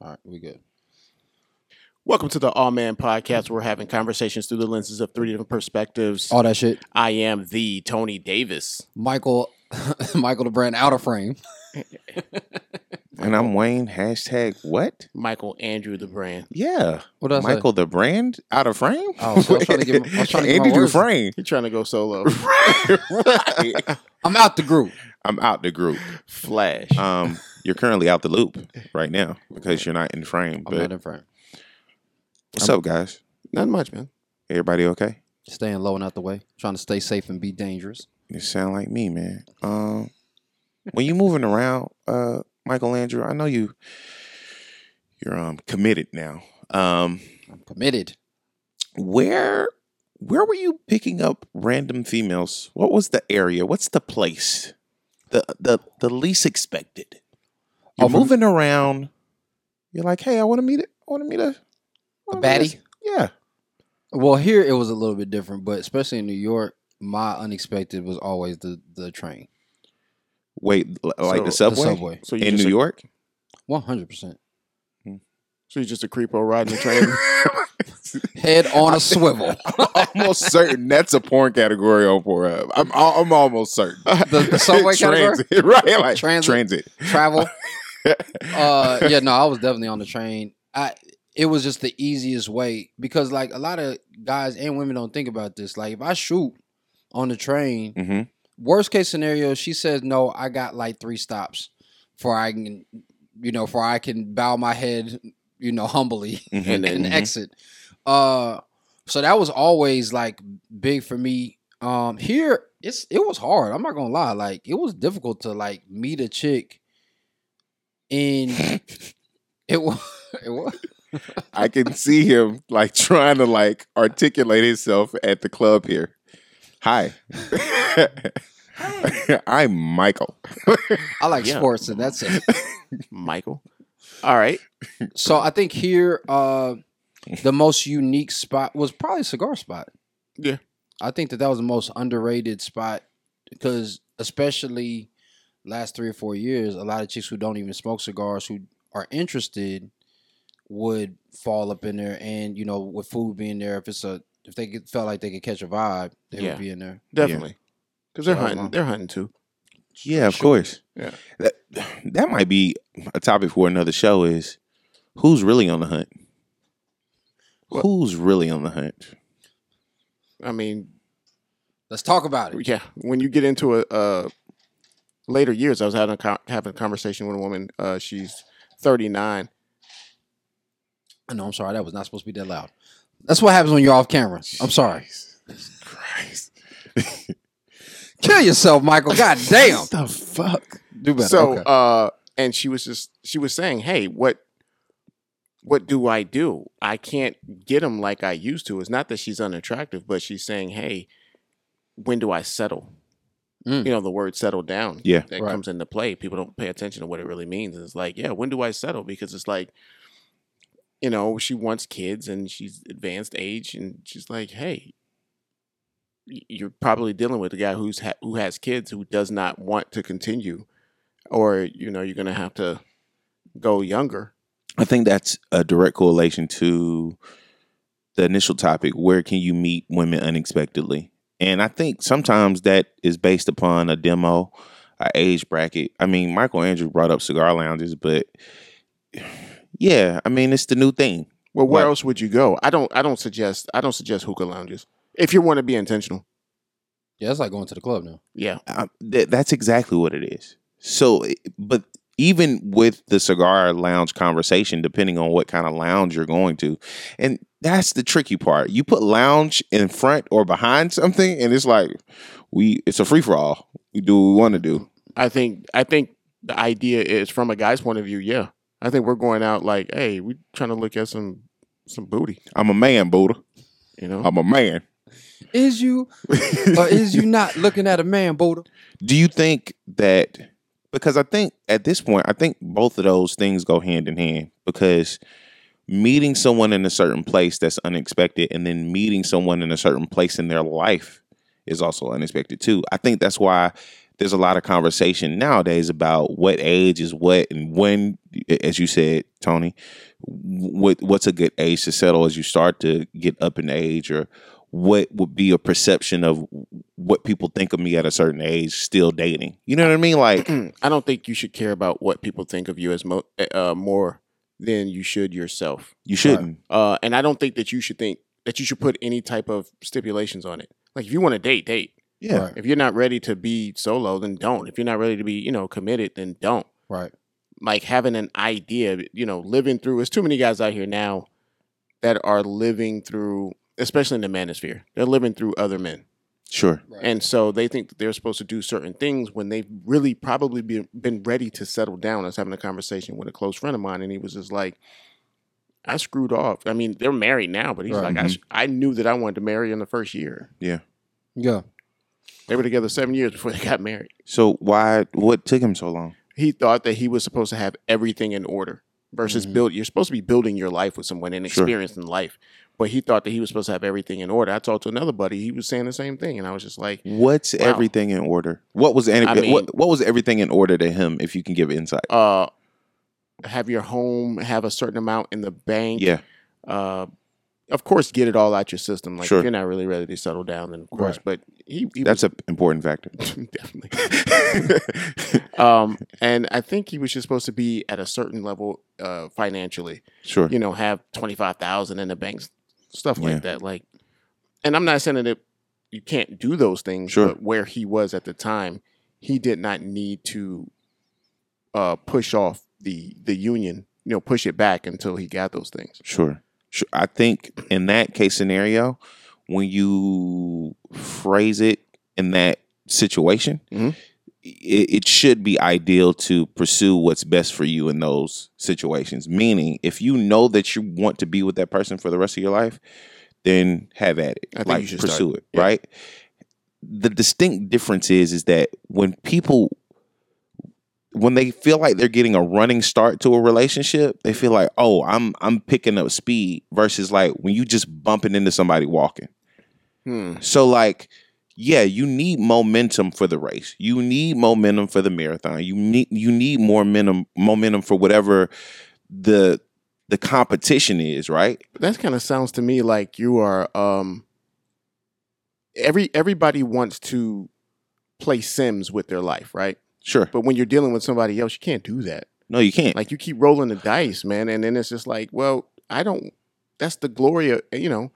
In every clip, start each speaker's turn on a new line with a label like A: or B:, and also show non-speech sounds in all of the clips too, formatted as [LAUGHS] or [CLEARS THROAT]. A: All right, we good.
B: Welcome to the All Man Podcast. We're having conversations through the lenses of three different perspectives.
A: All that shit.
B: I am the Tony Davis.
A: Michael, [LAUGHS] Michael the brand out of frame.
C: And I'm Wayne. Hashtag what?
B: Michael Andrew the brand.
C: Yeah.
A: What else?
C: Michael the brand out of frame.
A: Oh, so I was trying to get-
C: [LAUGHS]
A: I was trying to get my
C: Andy
A: words in. [LAUGHS]
C: Dufresne.
B: You're trying to go [LAUGHS] solo.
C: Right.
A: I'm out the group.
C: I'm out the group.
B: Flash.
C: Um, you're currently out the loop right now because you're not in frame.
A: I'm
C: But
A: not in frame.
C: what's up, guys?
B: Not much, man.
C: Everybody okay?
A: Staying low and out the way. Trying to stay safe and be dangerous.
C: You sound like me, man. Um, when you moving around, uh, Michael Andrew, I know you. You're um committed now. Um,
A: I'm committed.
C: where where were you picking up random females? What was the area? What's the place? The the the least expected. You're
A: Oh, from-
C: moving around. You're like, hey, I want to meet it. I want to meet a, I
A: A
C: wanna meet
A: baddie.
C: Yeah.
A: Well, here it was a little bit different, but especially in New York, my unexpected was always the the train,
C: Wait, l- like the
B: So,
A: the
C: subway,
A: subway,
B: So
C: in
B: just
C: New [LAUGHS]
B: a,
C: York.
A: one hundred percent,
B: So you're just a creepo riding the train.
C: [LAUGHS]
A: head on a swivel.
C: I'm almost certain that's a porn category on Pornhub. I'm al- I'm almost certain.
A: The,
C: [LAUGHS]
A: the subway category,
C: transit, [LAUGHS] right? Like
A: Transit.
C: transit.
A: travel. uh, yeah, no, I was definitely on the train. I it was just the easiest way because like a lot of guys and women don't think about this. Like if I shoot on the train,
C: hmm
A: worst case scenario, she says no. I got like three stops before I can, you know, before I can bow my head, you know, humbly [LAUGHS]
B: And then-
A: and
C: Mhm.
A: exit. Uh, so that was always like big for me. Um, here it's it was hard. I'm not gonna lie. Like it was difficult to like meet a chick. In it was [LAUGHS] it was
C: I can see him like trying to like articulate himself at the club here. Hi. [LAUGHS] I'm Michael.
A: I like
B: Yeah.
A: sports and that's it.
B: [LAUGHS] Michael. All right.
A: So I think here uh the most unique spot was probably cigar spot.
B: Yeah.
A: I think that that was the most underrated spot because especially last 3 or 4 years a lot of chicks who don't even smoke cigars who are interested would fall up in there and you know with food being there if it's a if they could- felt like they could catch a vibe they
B: Yeah.
A: would be in there.
B: Definitely. Because they're
A: Right
B: hunting.
A: along.
B: They're hunting too.
C: Yeah, of course.
B: Yeah.
C: That, that might be a topic for another show is who's really on the hunt?
B: What?
C: Who's really on the hunt?
B: I mean,
A: Let's talk about it.
B: yeah. When you get into a, a later years, I was having a co- having a conversation with a woman. Uh, she's 39.
A: I know I'm sorry that was not supposed to be that loud. That's what happens when you're off camera. I'm sorry.
C: Jesus Christ.
A: Kill yourself, Michael.
C: [LAUGHS]
A: God damn.
C: What the fuck?
A: Do better.
B: so
A: okay.
B: uh and she was just she was saying hey what what do i do i can't get them like i used to it's not that she's unattractive but she's saying hey when do i settle
A: Mm.
B: you know the word settle down
C: Yeah.
B: that
A: Right.
B: comes into play people don't pay attention to what it really means and it's like yeah when do i settle because it's like you know she wants kids and she's advanced age and she's like hey y- you're probably dealing with a guy who's ha- who has kids who does not want to continue or you know you're gonna have to go younger
C: I think that's a direct correlation to the initial topic where can you meet women unexpectedly? And I think sometimes that is based upon a demo, a age bracket. I mean, Michael Andrew brought up cigar lounges, but [SIGHS] yeah, I mean, it's the new thing.
B: well where
C: Right.
B: else would you go i don't i don't suggest i don't suggest hookah lounges if you want to be intentional
A: yeah, it's like going to the club now.
B: yeah
C: I, th- that's exactly what it is. So, it- but even with the cigar lounge conversation, depending on what kind of lounge you're going to, and that's the tricky part. You put lounge in front or behind something, and it's like we it's a free for all. We do what we want to do.
B: i think i think the idea is from a guy's point of view yeah i think we're going out like hey we're trying to look at some some booty
C: I'm a man, Buddha.
B: you know
C: I'm a man.
B: [LAUGHS]
A: Is you or is you not looking at a man, Buddha?
C: Do you think that because I think at this point, I think both of those things go hand in hand because meeting someone in a certain place that's unexpected and then meeting someone in a certain place in their life is also unexpected too. I think that's why there's a lot of conversation nowadays about what age is what and when, as you said, Tony, what what's a good age to settle as you start to get up in age, or what would be a perception of what people think of me at a certain age still dating? You know what I mean? Like,
B: [CLEARS THROAT] I don't think you should care about what people think of you as mo- uh, more than you should yourself.
C: you shouldn't.
B: Uh, and I don't think that you should think that you should put any type of stipulations on it. Like if you want to date, date.
C: Yeah.
A: Right.
B: If you're not ready to be solo, then don't. If you're not ready to be, you know, committed, then don't.
A: Right.
B: like having an idea, you know, living through. It's too many guys out here now that are living through, especially in the manosphere. They're living through other men,
C: Sure.
A: Right.
B: and so they think that they're supposed to do certain things when they've really probably been been ready to settle down. I was having a conversation with a close friend of mine, and he was just like. I screwed off. I mean, they're married now, but he's
A: Right.
B: like, I, sh- I knew that I wanted to marry in the first year.
A: yeah.
B: They were together seven years before they got married.
C: So why? What took him so long?
B: he thought that he was supposed to have everything in order versus
A: Mhm.
B: build you're supposed to be building your life with someone and
C: Mm-hmm. Sure.
B: experience in life but he thought that he was supposed to have everything in order i talked to another buddy he was saying the same thing and i was just like
C: What's
B: Wow.
C: everything in order? What was any,
B: I mean-
C: what, what was everything in order to him? If you can give insight,
B: uh have your home have a certain amount in the bank
C: yeah,
B: uh of course get it all out your system like
C: Sure.
B: if you're not really ready to settle down then of course
A: Right.
B: but he, he
C: that's an important
B: [LAUGHS]
C: factor. [LAUGHS]
B: was, definitely um and i think he was just supposed to be at a certain level uh financially
C: sure,
B: you know, have twenty five thousand in the banks, stuff
C: Yeah.
B: like that. Like, and I'm not saying that you can't do those things,
C: Sure.
B: but where he was at the time, he did not need to uh, push off the the union, you know, push it back until he got those things.
C: sure, sure. I think in that case scenario, when you phrase it in that situation, i-
B: Mhm.
C: it, it should be ideal to pursue what's best for you in those situations. Meaning, if you know that you want to be with that person for the rest of your life, then have at it.
B: I think
C: like
B: you should
C: pursue
B: start-
C: it,
B: yeah.
C: right? The distinct difference is is that when people when they feel like they're getting a running start to a relationship, they feel like, "Oh, I'm I'm picking up speed" versus like when you just bumping into somebody walking.
B: Hmm.
C: So like, yeah, you need momentum for the race. You need momentum for the marathon. You need you need more momentum momentum for whatever the the competition is, right?
B: But that kind of sounds to me like you are. Um, every everybody wants to play Sims with their life, right?
C: Sure.
B: But when you're dealing with somebody else, you can't do that.
C: No, you can't.
B: like you keep rolling the dice man and then it's just like well i don't that's the glory of you know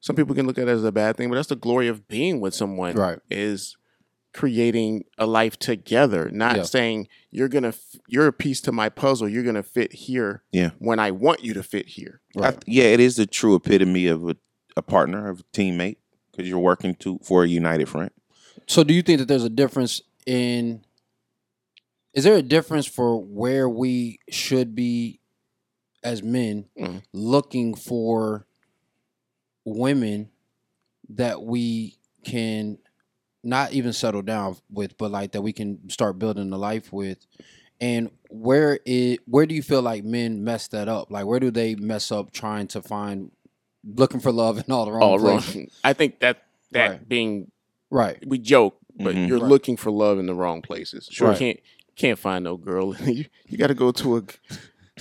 B: some people can look at it as a bad thing but that's the glory of being with someone
A: Right.
B: is creating a life together not
A: Yeah.
B: saying you're gonna f- you're a piece to my puzzle you're gonna fit here
C: Yeah.
B: when i want you to fit here
C: I
A: Right.
C: th- yeah, it is the true epitome of a, a partner, of a teammate, because you're working to for a united front.
A: So, do you think that there's a difference in? Is there a difference for where we should be as men
C: Mm-hmm.
B: Mhm.
A: looking for women that we can not even settle down with, but like that we can start building a life with? And where is where do you feel like men mess that up? Like where do they mess up trying to find looking for love in all the wrong
B: all wrong
A: places?
B: [LAUGHS] i think that that
A: Right.
B: being
A: Right.
B: we joke but
C: Mhm.
B: you're
A: Right.
B: looking for love in the wrong places
A: Sure.
B: you can't can't find no girl [LAUGHS] you, you got to go to a,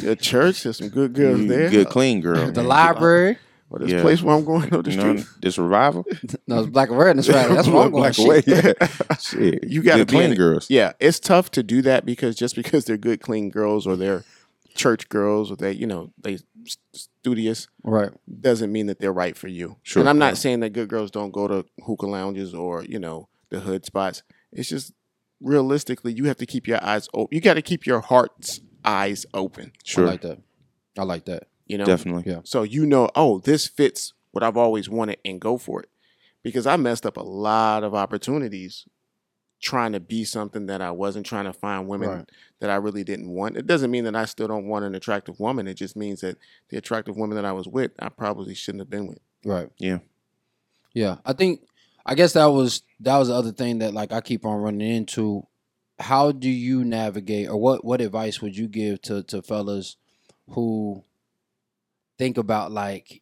B: a church there's some good girls
C: You
B: there
C: Good, clean girl.
A: [LAUGHS] The
C: man.
A: library.
B: Or this
C: Yeah.
B: place where I'm going on the
C: You know,
B: street.
C: this revival.
A: No, it's black awareness,
C: [LAUGHS]
A: right? That's what I'm going.
C: Black
A: Shit.
C: away. Yeah. Shit.
B: You gotta
C: Good
B: be in
C: clean
B: it.
C: girls.
B: Yeah, it's tough to do that because just because they're good, clean girls or they're church girls or they, you know, they s- studious
A: Right.
B: doesn't mean that they're right for you.
C: Sure.
B: And I'm not saying that good girls don't go to hookah lounges or you know the hood spots. It's just realistically, you have to keep your eyes open. You got to keep your heart's eyes open.
C: Sure.
A: I like that. I like that.
B: You know,
C: Definitely.
A: Yeah.
B: So you know, oh, this fits what I've always wanted and go for it. Because I messed up a lot of opportunities trying to be something that I wasn't trying to find women
A: Right.
B: that I really didn't want. It doesn't mean that I still don't want an attractive woman. It just means that the attractive woman that I was with, I probably shouldn't have been with.
A: Right.
C: Yeah.
A: Yeah. I think I guess that was that was the other thing that like I keep on running into. How do you navigate or what what advice would you give to to fellas who think about like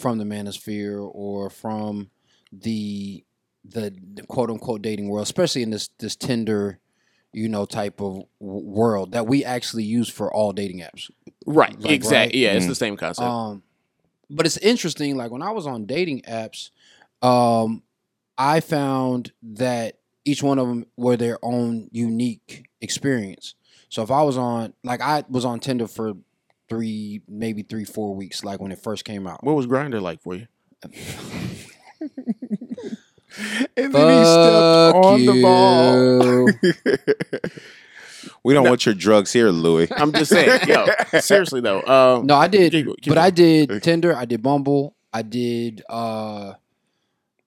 A: from the manosphere or from the the, the quote unquote dating world, especially in this this Tinder, you know, type of w- world that we actually use for all dating apps.
B: Right. Mm.
A: Like,
B: exactly.
A: right?
B: Yeah, it's
C: Mhm.
B: the same concept.
A: Um, but it's interesting. Like when I was on dating apps, um, I found that each one of them were their own unique experience. So if I was on, like, I was on Tinder for three, maybe three, four weeks, like when it first came out.
B: what was Grinder like for you?
C: And
A: Fuck
C: [LAUGHS] We don't want your drugs here, Louis.
B: I'm just saying, [LAUGHS] yo. Seriously though, um,
A: No, I did,
B: [LAUGHS] Keep- keep
A: but
B: going.
A: I
C: Okay.
A: did Tinder, I did Bumble, I did, uh,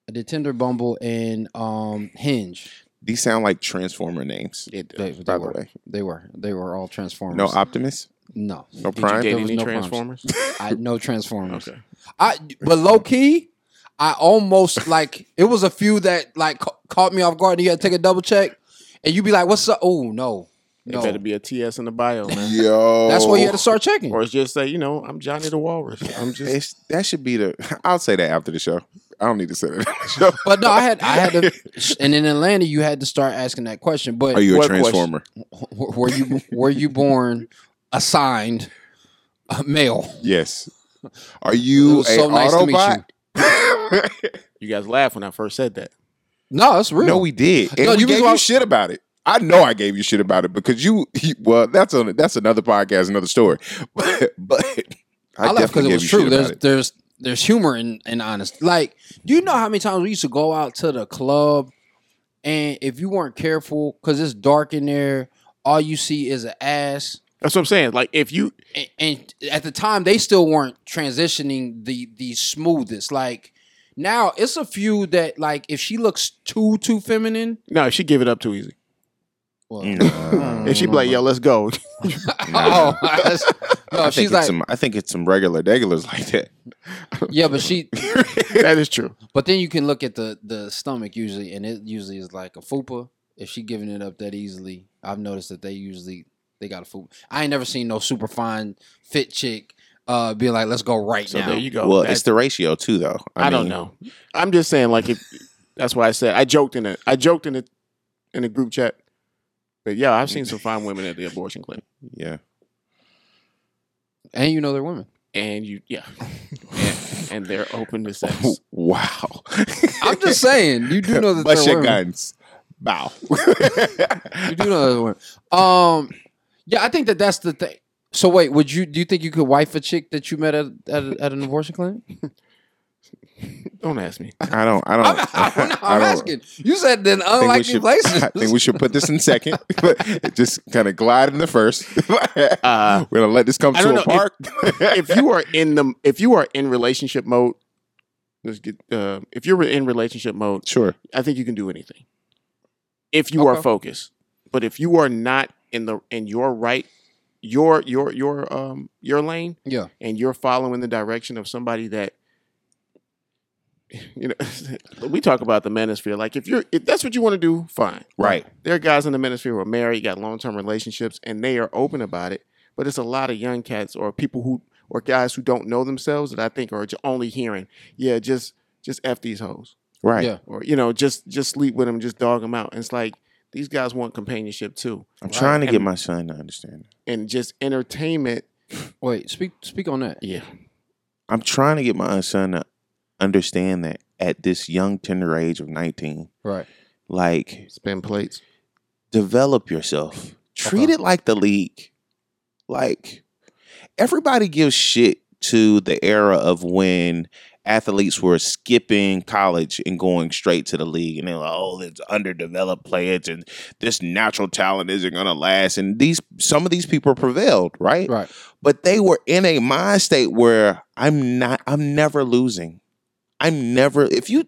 A: I did Tinder, Bumble, and um, Hinge.
C: These sound like transformer names.
B: it,
A: They,
B: did
A: they
C: By the
A: were,
C: way,
A: they were, they were all Transformers.
C: no Optimus,
A: no,
C: no
B: you
C: Prime.
B: date
A: There was
B: any
A: no promise. [LAUGHS]
B: Transformers?
A: I no Transformers.
B: okay,
A: I but low key, I almost like it was a few that like ca- caught me off guard. And you had to take a double check, and you'd be like, "What's up?" Oh no,
B: it
A: no.
B: better be a TS in the bio,
A: [LAUGHS]
B: man.
C: Yo,
A: That's where you had
C: [LAUGHS]
A: to start checking.
B: Or it's just say, you know, I'm Johnny the Walrus. I'm just
C: It's, that should be the. [LAUGHS] I'll say that after the show. I don't need to say that after the show.
A: But no, I had I had
C: [LAUGHS]
A: to, and in Atlanta you had to start asking that question. But
C: Are you a
B: What question?
C: transformer?
A: w- were you were you born assigned a male?
C: Yes. Are
A: It
C: you a
A: was so nice to meet
C: Autobot?
B: you guys laughed when I first said that.
A: No, it's
C: [LAUGHS]
A: real.
C: no, we did, and
A: No,
C: we
A: you
C: gave
A: was-
C: you shit about it. I know I gave you shit about it because you. you- well, that's on. That's another podcast, another story. [LAUGHS] But, but I,
A: I, laugh because
C: definitely
A: it
C: gave
A: was
C: you shit
A: true.
C: about
A: There's
C: it.
A: there's there's humor and and honest. Like, do you know how many times we used to go out to the club, and if you weren't careful, because it's dark in there, all you see is an ass.
B: That's what I'm saying. Like if you
A: And, and at the time, they still weren't transitioning the the smoothest. Like now, it's a few that like if she looks too too feminine,
B: no, she give it up too easy.
A: well,
C: Mm, Nah.
B: Mm. And she be like, yo, let's go. [LAUGHS]
C: Nah.
A: [LAUGHS] oh, [LAUGHS] that's-
C: I
A: no,
C: think
A: she's
C: it's
A: like,
C: some. I think it's some regular regulars like
A: [LAUGHS]
C: that.
A: yeah, but she,
B: that is true.
A: But then you can look at the the stomach usually, and it usually is like a fupa. If she giving it up that easily, I've noticed that they usually they got a fupa. I ain't never seen no super fine fit chick uh be like, let's go right
B: So
A: now.
B: there you go.
C: well,
B: That-
C: it's the ratio too, though.
B: I, don't
C: mean,
B: know. I'm just saying, like if that's why I said I joked in it. I joked in it in a group chat. But yeah, I've seen some fine women at the abortion clinic.
A: [LAUGHS]
C: Yeah, [LAUGHS]
A: and you know they're women.
B: And you yeah. And, and they're open to [LAUGHS] sex.
C: wow.
A: I'm
C: [LAUGHS]
A: just saying, you do know that
C: Bust
A: they're
C: your
A: women.
C: guns.
A: [LAUGHS]
C: Bow.
A: You do know they're women. Um, yeah, I think that that's the thing. So wait, would you do you think you could wife a chick that you met at at, at an abortion clinic?
B: Don't ask me.
C: I don't. I don't.
A: I'm,
C: [LAUGHS]
A: [LAUGHS] I'm,
C: I
A: I'm
C: don't-
A: asking. You said in
C: I think we
A: unlikely
C: should- [LAUGHS]
A: places.
C: I think we should put this in second, [LAUGHS] but just kind of glide in the first. [LAUGHS] We're
B: Uh
C: gonna let this come
B: I
C: to a
B: don't know
C: park.
B: if you are in the if you are in relationship mode, let's get uh, if you're in relationship
C: [LAUGHS]
B: mode,
C: sure.
B: I think you can do anything if you are
A: Okay.
B: focused. But if you are not in the in your right your your your um your lane
A: yeah.
B: and you're following the direction of somebody that [LAUGHS] you know [LAUGHS] we talk about the manosphere like if you're if that's what you want to do fine
C: Right.
B: there are guys in the manosphere who are married got long-term relationships and they are open about it but it's a lot of young cats or people who or guys who don't know themselves that i think are j- only hearing yeah just just f these hoes
C: Right.
A: Yeah.
B: or you know just just sleep with them just dog them out and it's like these guys want companionship too
C: I'm
A: Right.
C: trying to get
B: And-
C: my son to understand.
B: and just entertainment
A: Wait, speak speak on that.
B: yeah
C: I'm trying to get my son to understand that at this young tender age of 19,
A: Right.
C: like
B: spin plates
C: develop yourself. Treat
A: Okay.
C: it like the league. Like everybody gives shit to the era of when athletes were skipping college and going straight to the league and they're like, oh, it's underdeveloped players and this natural talent isn't gonna last. And these some of these people prevailed, right?
A: Right.
C: But they were in a mind state where I'm not I'm never losing. I'm never if you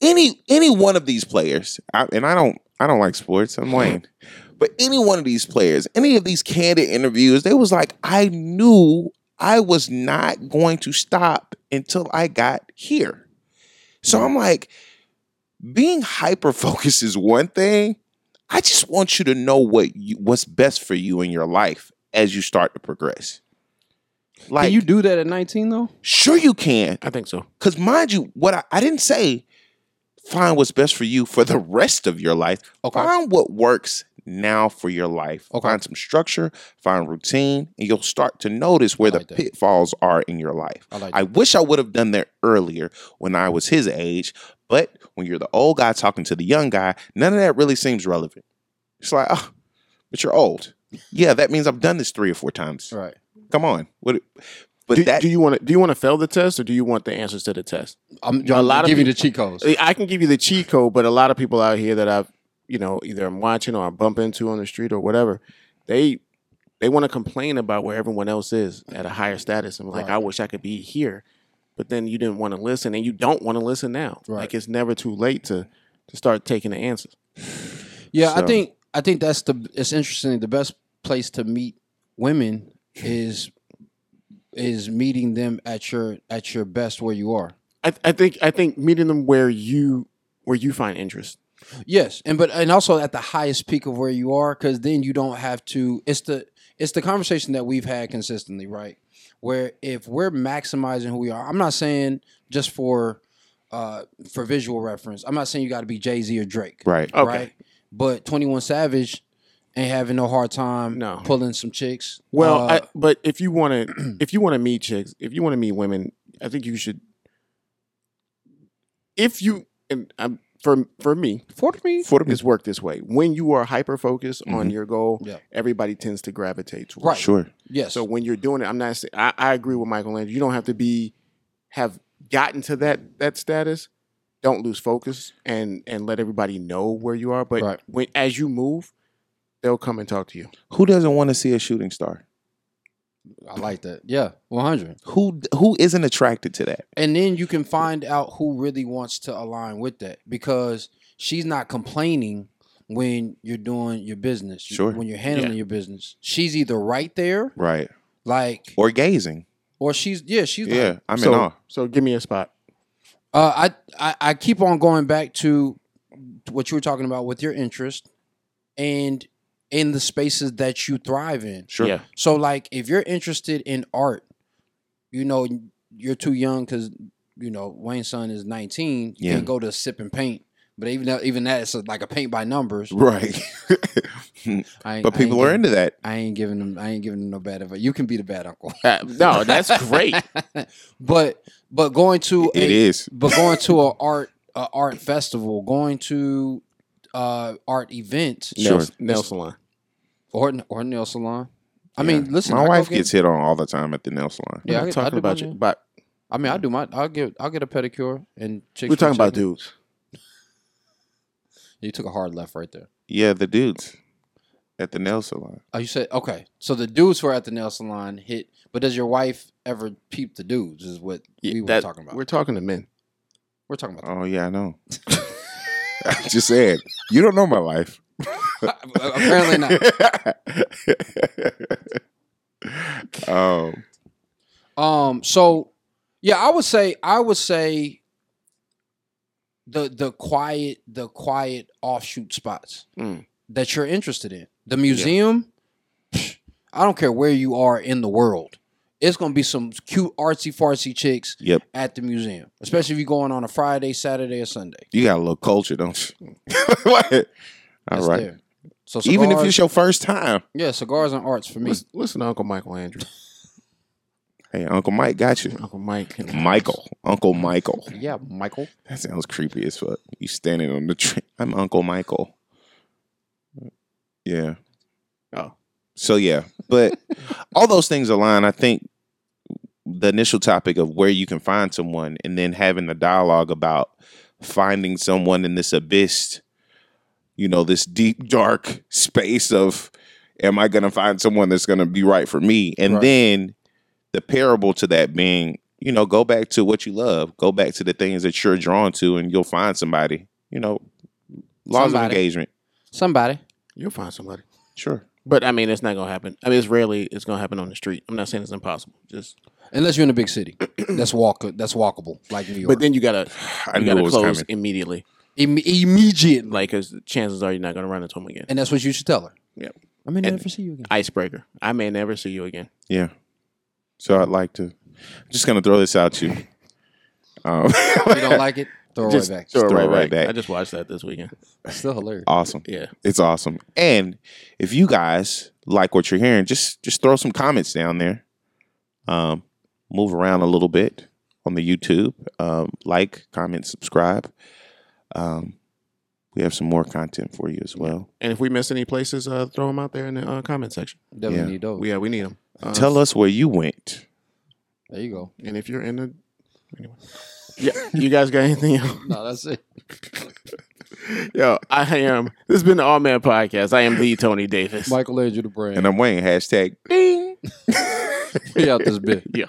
C: any any one of these players, I, and I don't I don't like sports. I'm
A: [LAUGHS]
C: Wayne, but any one of these players, any of these candid interviews, they was like, I knew I was not going to stop until I got here. So I'm like, being hyper focused is one thing. I just want you to know what you, what's best for you in your life as you start to progress. Like,
A: Can you do that at 19 though?
C: sure you can,
B: i think so
C: because mind you, what I, I didn't say, find what's best for you for the rest of your life.
A: Okay.
C: Find what works now for your life.
A: Okay.
C: Find some structure, find routine, and you'll start to notice where
A: I like
C: the
A: that.
C: pitfalls are in your life.
A: I like
C: I wish I would have done that earlier when I was his age, but when you're the old guy talking to the young guy, none of that really seems relevant. It's like, oh, but you're old. Yeah, that means I've done this three or four times.
A: that. Right.
C: Come on. What, but
B: do,
C: that
B: do you want to do you want to fail the test or do you want the answers to the test?
A: I'm,
B: A
A: I'm
B: lot of
A: give you the cheat codes.
B: I I can give you the cheat code, but a lot of people out here that I've you know either I'm watching or I bump into on the street or whatever, they they want to complain about where everyone else is at a higher status. I'm like,
A: Right.
B: I wish I could be here, but then you didn't want to listen, and you don't want to listen now.
A: Right.
B: Like it's never too late to to start taking the answers.
A: Yeah,
C: So-
A: I think I think that's the it's interesting. The best place to meet women is is meeting them at your at your best where you are.
B: I, I think I think meeting them where you where you find interest.
A: Yes, and but and also at the highest peak of where you are, because then you don't have to. It's the it's the conversation that we've had consistently, right? Where if we're maximizing who we are, I'm not saying just for uh for visual reference. I'm not saying you got to be Jay Z or Drake,
C: right.
B: Okay.
A: right? But 21 Savage ain't having no hard time
B: No.
A: pulling some chicks.
B: Well,
A: Uh,
B: I, but if you
A: [CLEARS THROAT]
B: want to, if you want to meet chicks, if you want to meet women, I think you should. If you and I'm for for me,
A: for me,
C: For the
B: it's worked this way. When you are hyper focused on
C: Mhm.
B: your goal,
A: Mm-hmm. Yeah.
B: everybody tends to gravitate towards.
A: Right.
C: sure.
A: yes.
B: So when you're doing it, I'm not. saying I, I agree with Michael Landry. You don't have to be have gotten to that that status. Don't lose focus and and let everybody know where you are. But
A: Right.
B: when as you move, they'll come and talk to you.
C: Who doesn't want to see a shooting star?
A: I like that. Yeah, 100.
C: Who who isn't attracted to that?
A: And then you can find out who really wants to align with that because she's not complaining when you're doing your business.
C: Sure.
A: When you're handling
B: Yeah.
A: your business. She's either right there,
C: Right.
A: like,
C: Or gazing.
A: or she's, yeah, she's like,
C: Yeah, I'm
B: so,
C: in awe.
B: So give me a spot.
A: Uh, I, I I keep on going back to what you were talking about with your interest and in the spaces that you thrive in.
C: Sure.
B: Yeah.
A: So like if you're interested in art, you know you're too young because you know Wayne's son is 19. You
C: Yeah.
A: can go to sip and paint. But even though, even that it's like a paint by numbers.
C: Right. [LAUGHS]
A: I ain't,
C: but
A: I ain't
C: people are
A: giving-
C: into that.
A: I ain't giving them. I ain't giving them no bad advice. You can be the bad uncle. [LAUGHS]
B: Uh, no, that's great.
A: but but going to
C: It
A: a-
C: is.
A: but going to a art a art festival, going to uh art events
C: Sure.
B: Nail, nail salon.
A: or or nail salon. I
C: Yeah.
A: mean, listen, I
C: My
A: go
C: wife
A: get-
C: gets hit on all the time at the nail salon.
B: we're
A: Yeah, I
B: not
A: get- I
B: talking
A: do
B: about
A: my
B: you,
A: nail.
B: but
A: I mean, I do my. I'll get. I'll get a pedicure and. Chicks
B: we're talking
A: will
B: about
A: check me.
B: dudes.
A: You took a hard left right there.
C: Yeah, the dudes at the nail salon.
A: Oh, you said okay. So the dudes who are at the nail salon hit, but does your wife ever peep the dudes? Is what we
B: Yeah,
A: were
B: that-
A: talking about.
B: We're
A: We're,
B: talking to men.
A: talking about.
C: Oh yeah, I
A: [LAUGHS]
C: know. I just said you don't know my life.
A: That. [LAUGHS]
C: [LAUGHS]
A: Apparently not.
C: not. um,
A: Um. So, yeah, I would say. I would say. The the quiet the quiet offshoot spots
B: Mm.
A: that you're interested in the museum. psh, I don't care where you are in the world. It's gonna be some cute artsy fartsy chicks
C: yep,
A: at the museum, especially if you're going on a Friday, Saturday, or Sunday.
C: you got a little culture, don't you? [LAUGHS] What? All
A: That's
C: right.
A: there. So cigars,
C: Even if it's your first time,
A: yeah, cigars and arts for me.
B: Listen, listen to Uncle Michael Andrew.
C: hey, Uncle Mike got you.
B: Uncle Mike.
C: Michael, Uncle Michael.
A: Yeah, Michael.
C: That sounds creepy as fuck. You standing on the tree. I'm Uncle Michael. Yeah.
B: Oh.
C: So yeah,
A: [LAUGHS]
C: but all those things align. I think the initial topic of where you can find someone, and then having a dialogue about finding someone in this abyss, you know, this deep dark space of, am I going to find someone that's going to be right for me? And
A: Right.
C: then the parable to that being, you know, go back to what you love, go back to the things that you're drawn to, and you'll find somebody. You know, laws of
A: Somebody.
C: engagement.
A: Somebody.
B: You'll find somebody.
C: Sure.
B: But I mean, it's not gonna happen. I mean, it's rarely it's gonna happen on the street. I'm not saying it's impossible. Just
A: Unless you're in a big city, that's walk. That's walkable, like New York.
B: but then you gotta
C: [SIGHS] I
B: you
C: knew
B: gotta
C: it was
B: close
C: coming.
B: immediately.
A: Im- immediately,
B: Like, cause chances are you're not gonna run into him again.
A: and that's what you should tell her.
B: Yep.
A: I may
B: And-
A: never see you again.
B: Icebreaker. I may never see you again.
C: Yeah. So I'd like to. I'm just gonna throw this out to you. Um,
B: [LAUGHS]
A: You don't like it? Throw it right
B: Just
A: back.
B: throw it
C: Throw
B: right,
C: it right
B: back.
C: back.
B: I just watched that this weekend.
A: Still hilarious.
C: [LAUGHS] Awesome.
B: Yeah.
C: It's awesome. And if you guys like what you're hearing, just just throw some comments down there. Um, move around a little bit on the YouTube. Um, like, comment, subscribe. Um, we have some more content for you as well.
B: And if we miss any places, uh, throw them out there in the uh, comment section.
A: Definitely
C: Yeah.
A: need those.
B: Yeah, we need them. Uh,
C: Tell us where you went.
A: There you go.
B: And if you're in the anyway, yeah, you guys got
C: [LAUGHS]
B: anything else?
A: No, that's it.
B: Yo, I am. This has been the All Man Podcast. I am the Tony Davis.
A: Michael Andrew the brand.
C: And I'm Wayne. Hashtag ding.
A: [LAUGHS] We out this bit.
B: yeah.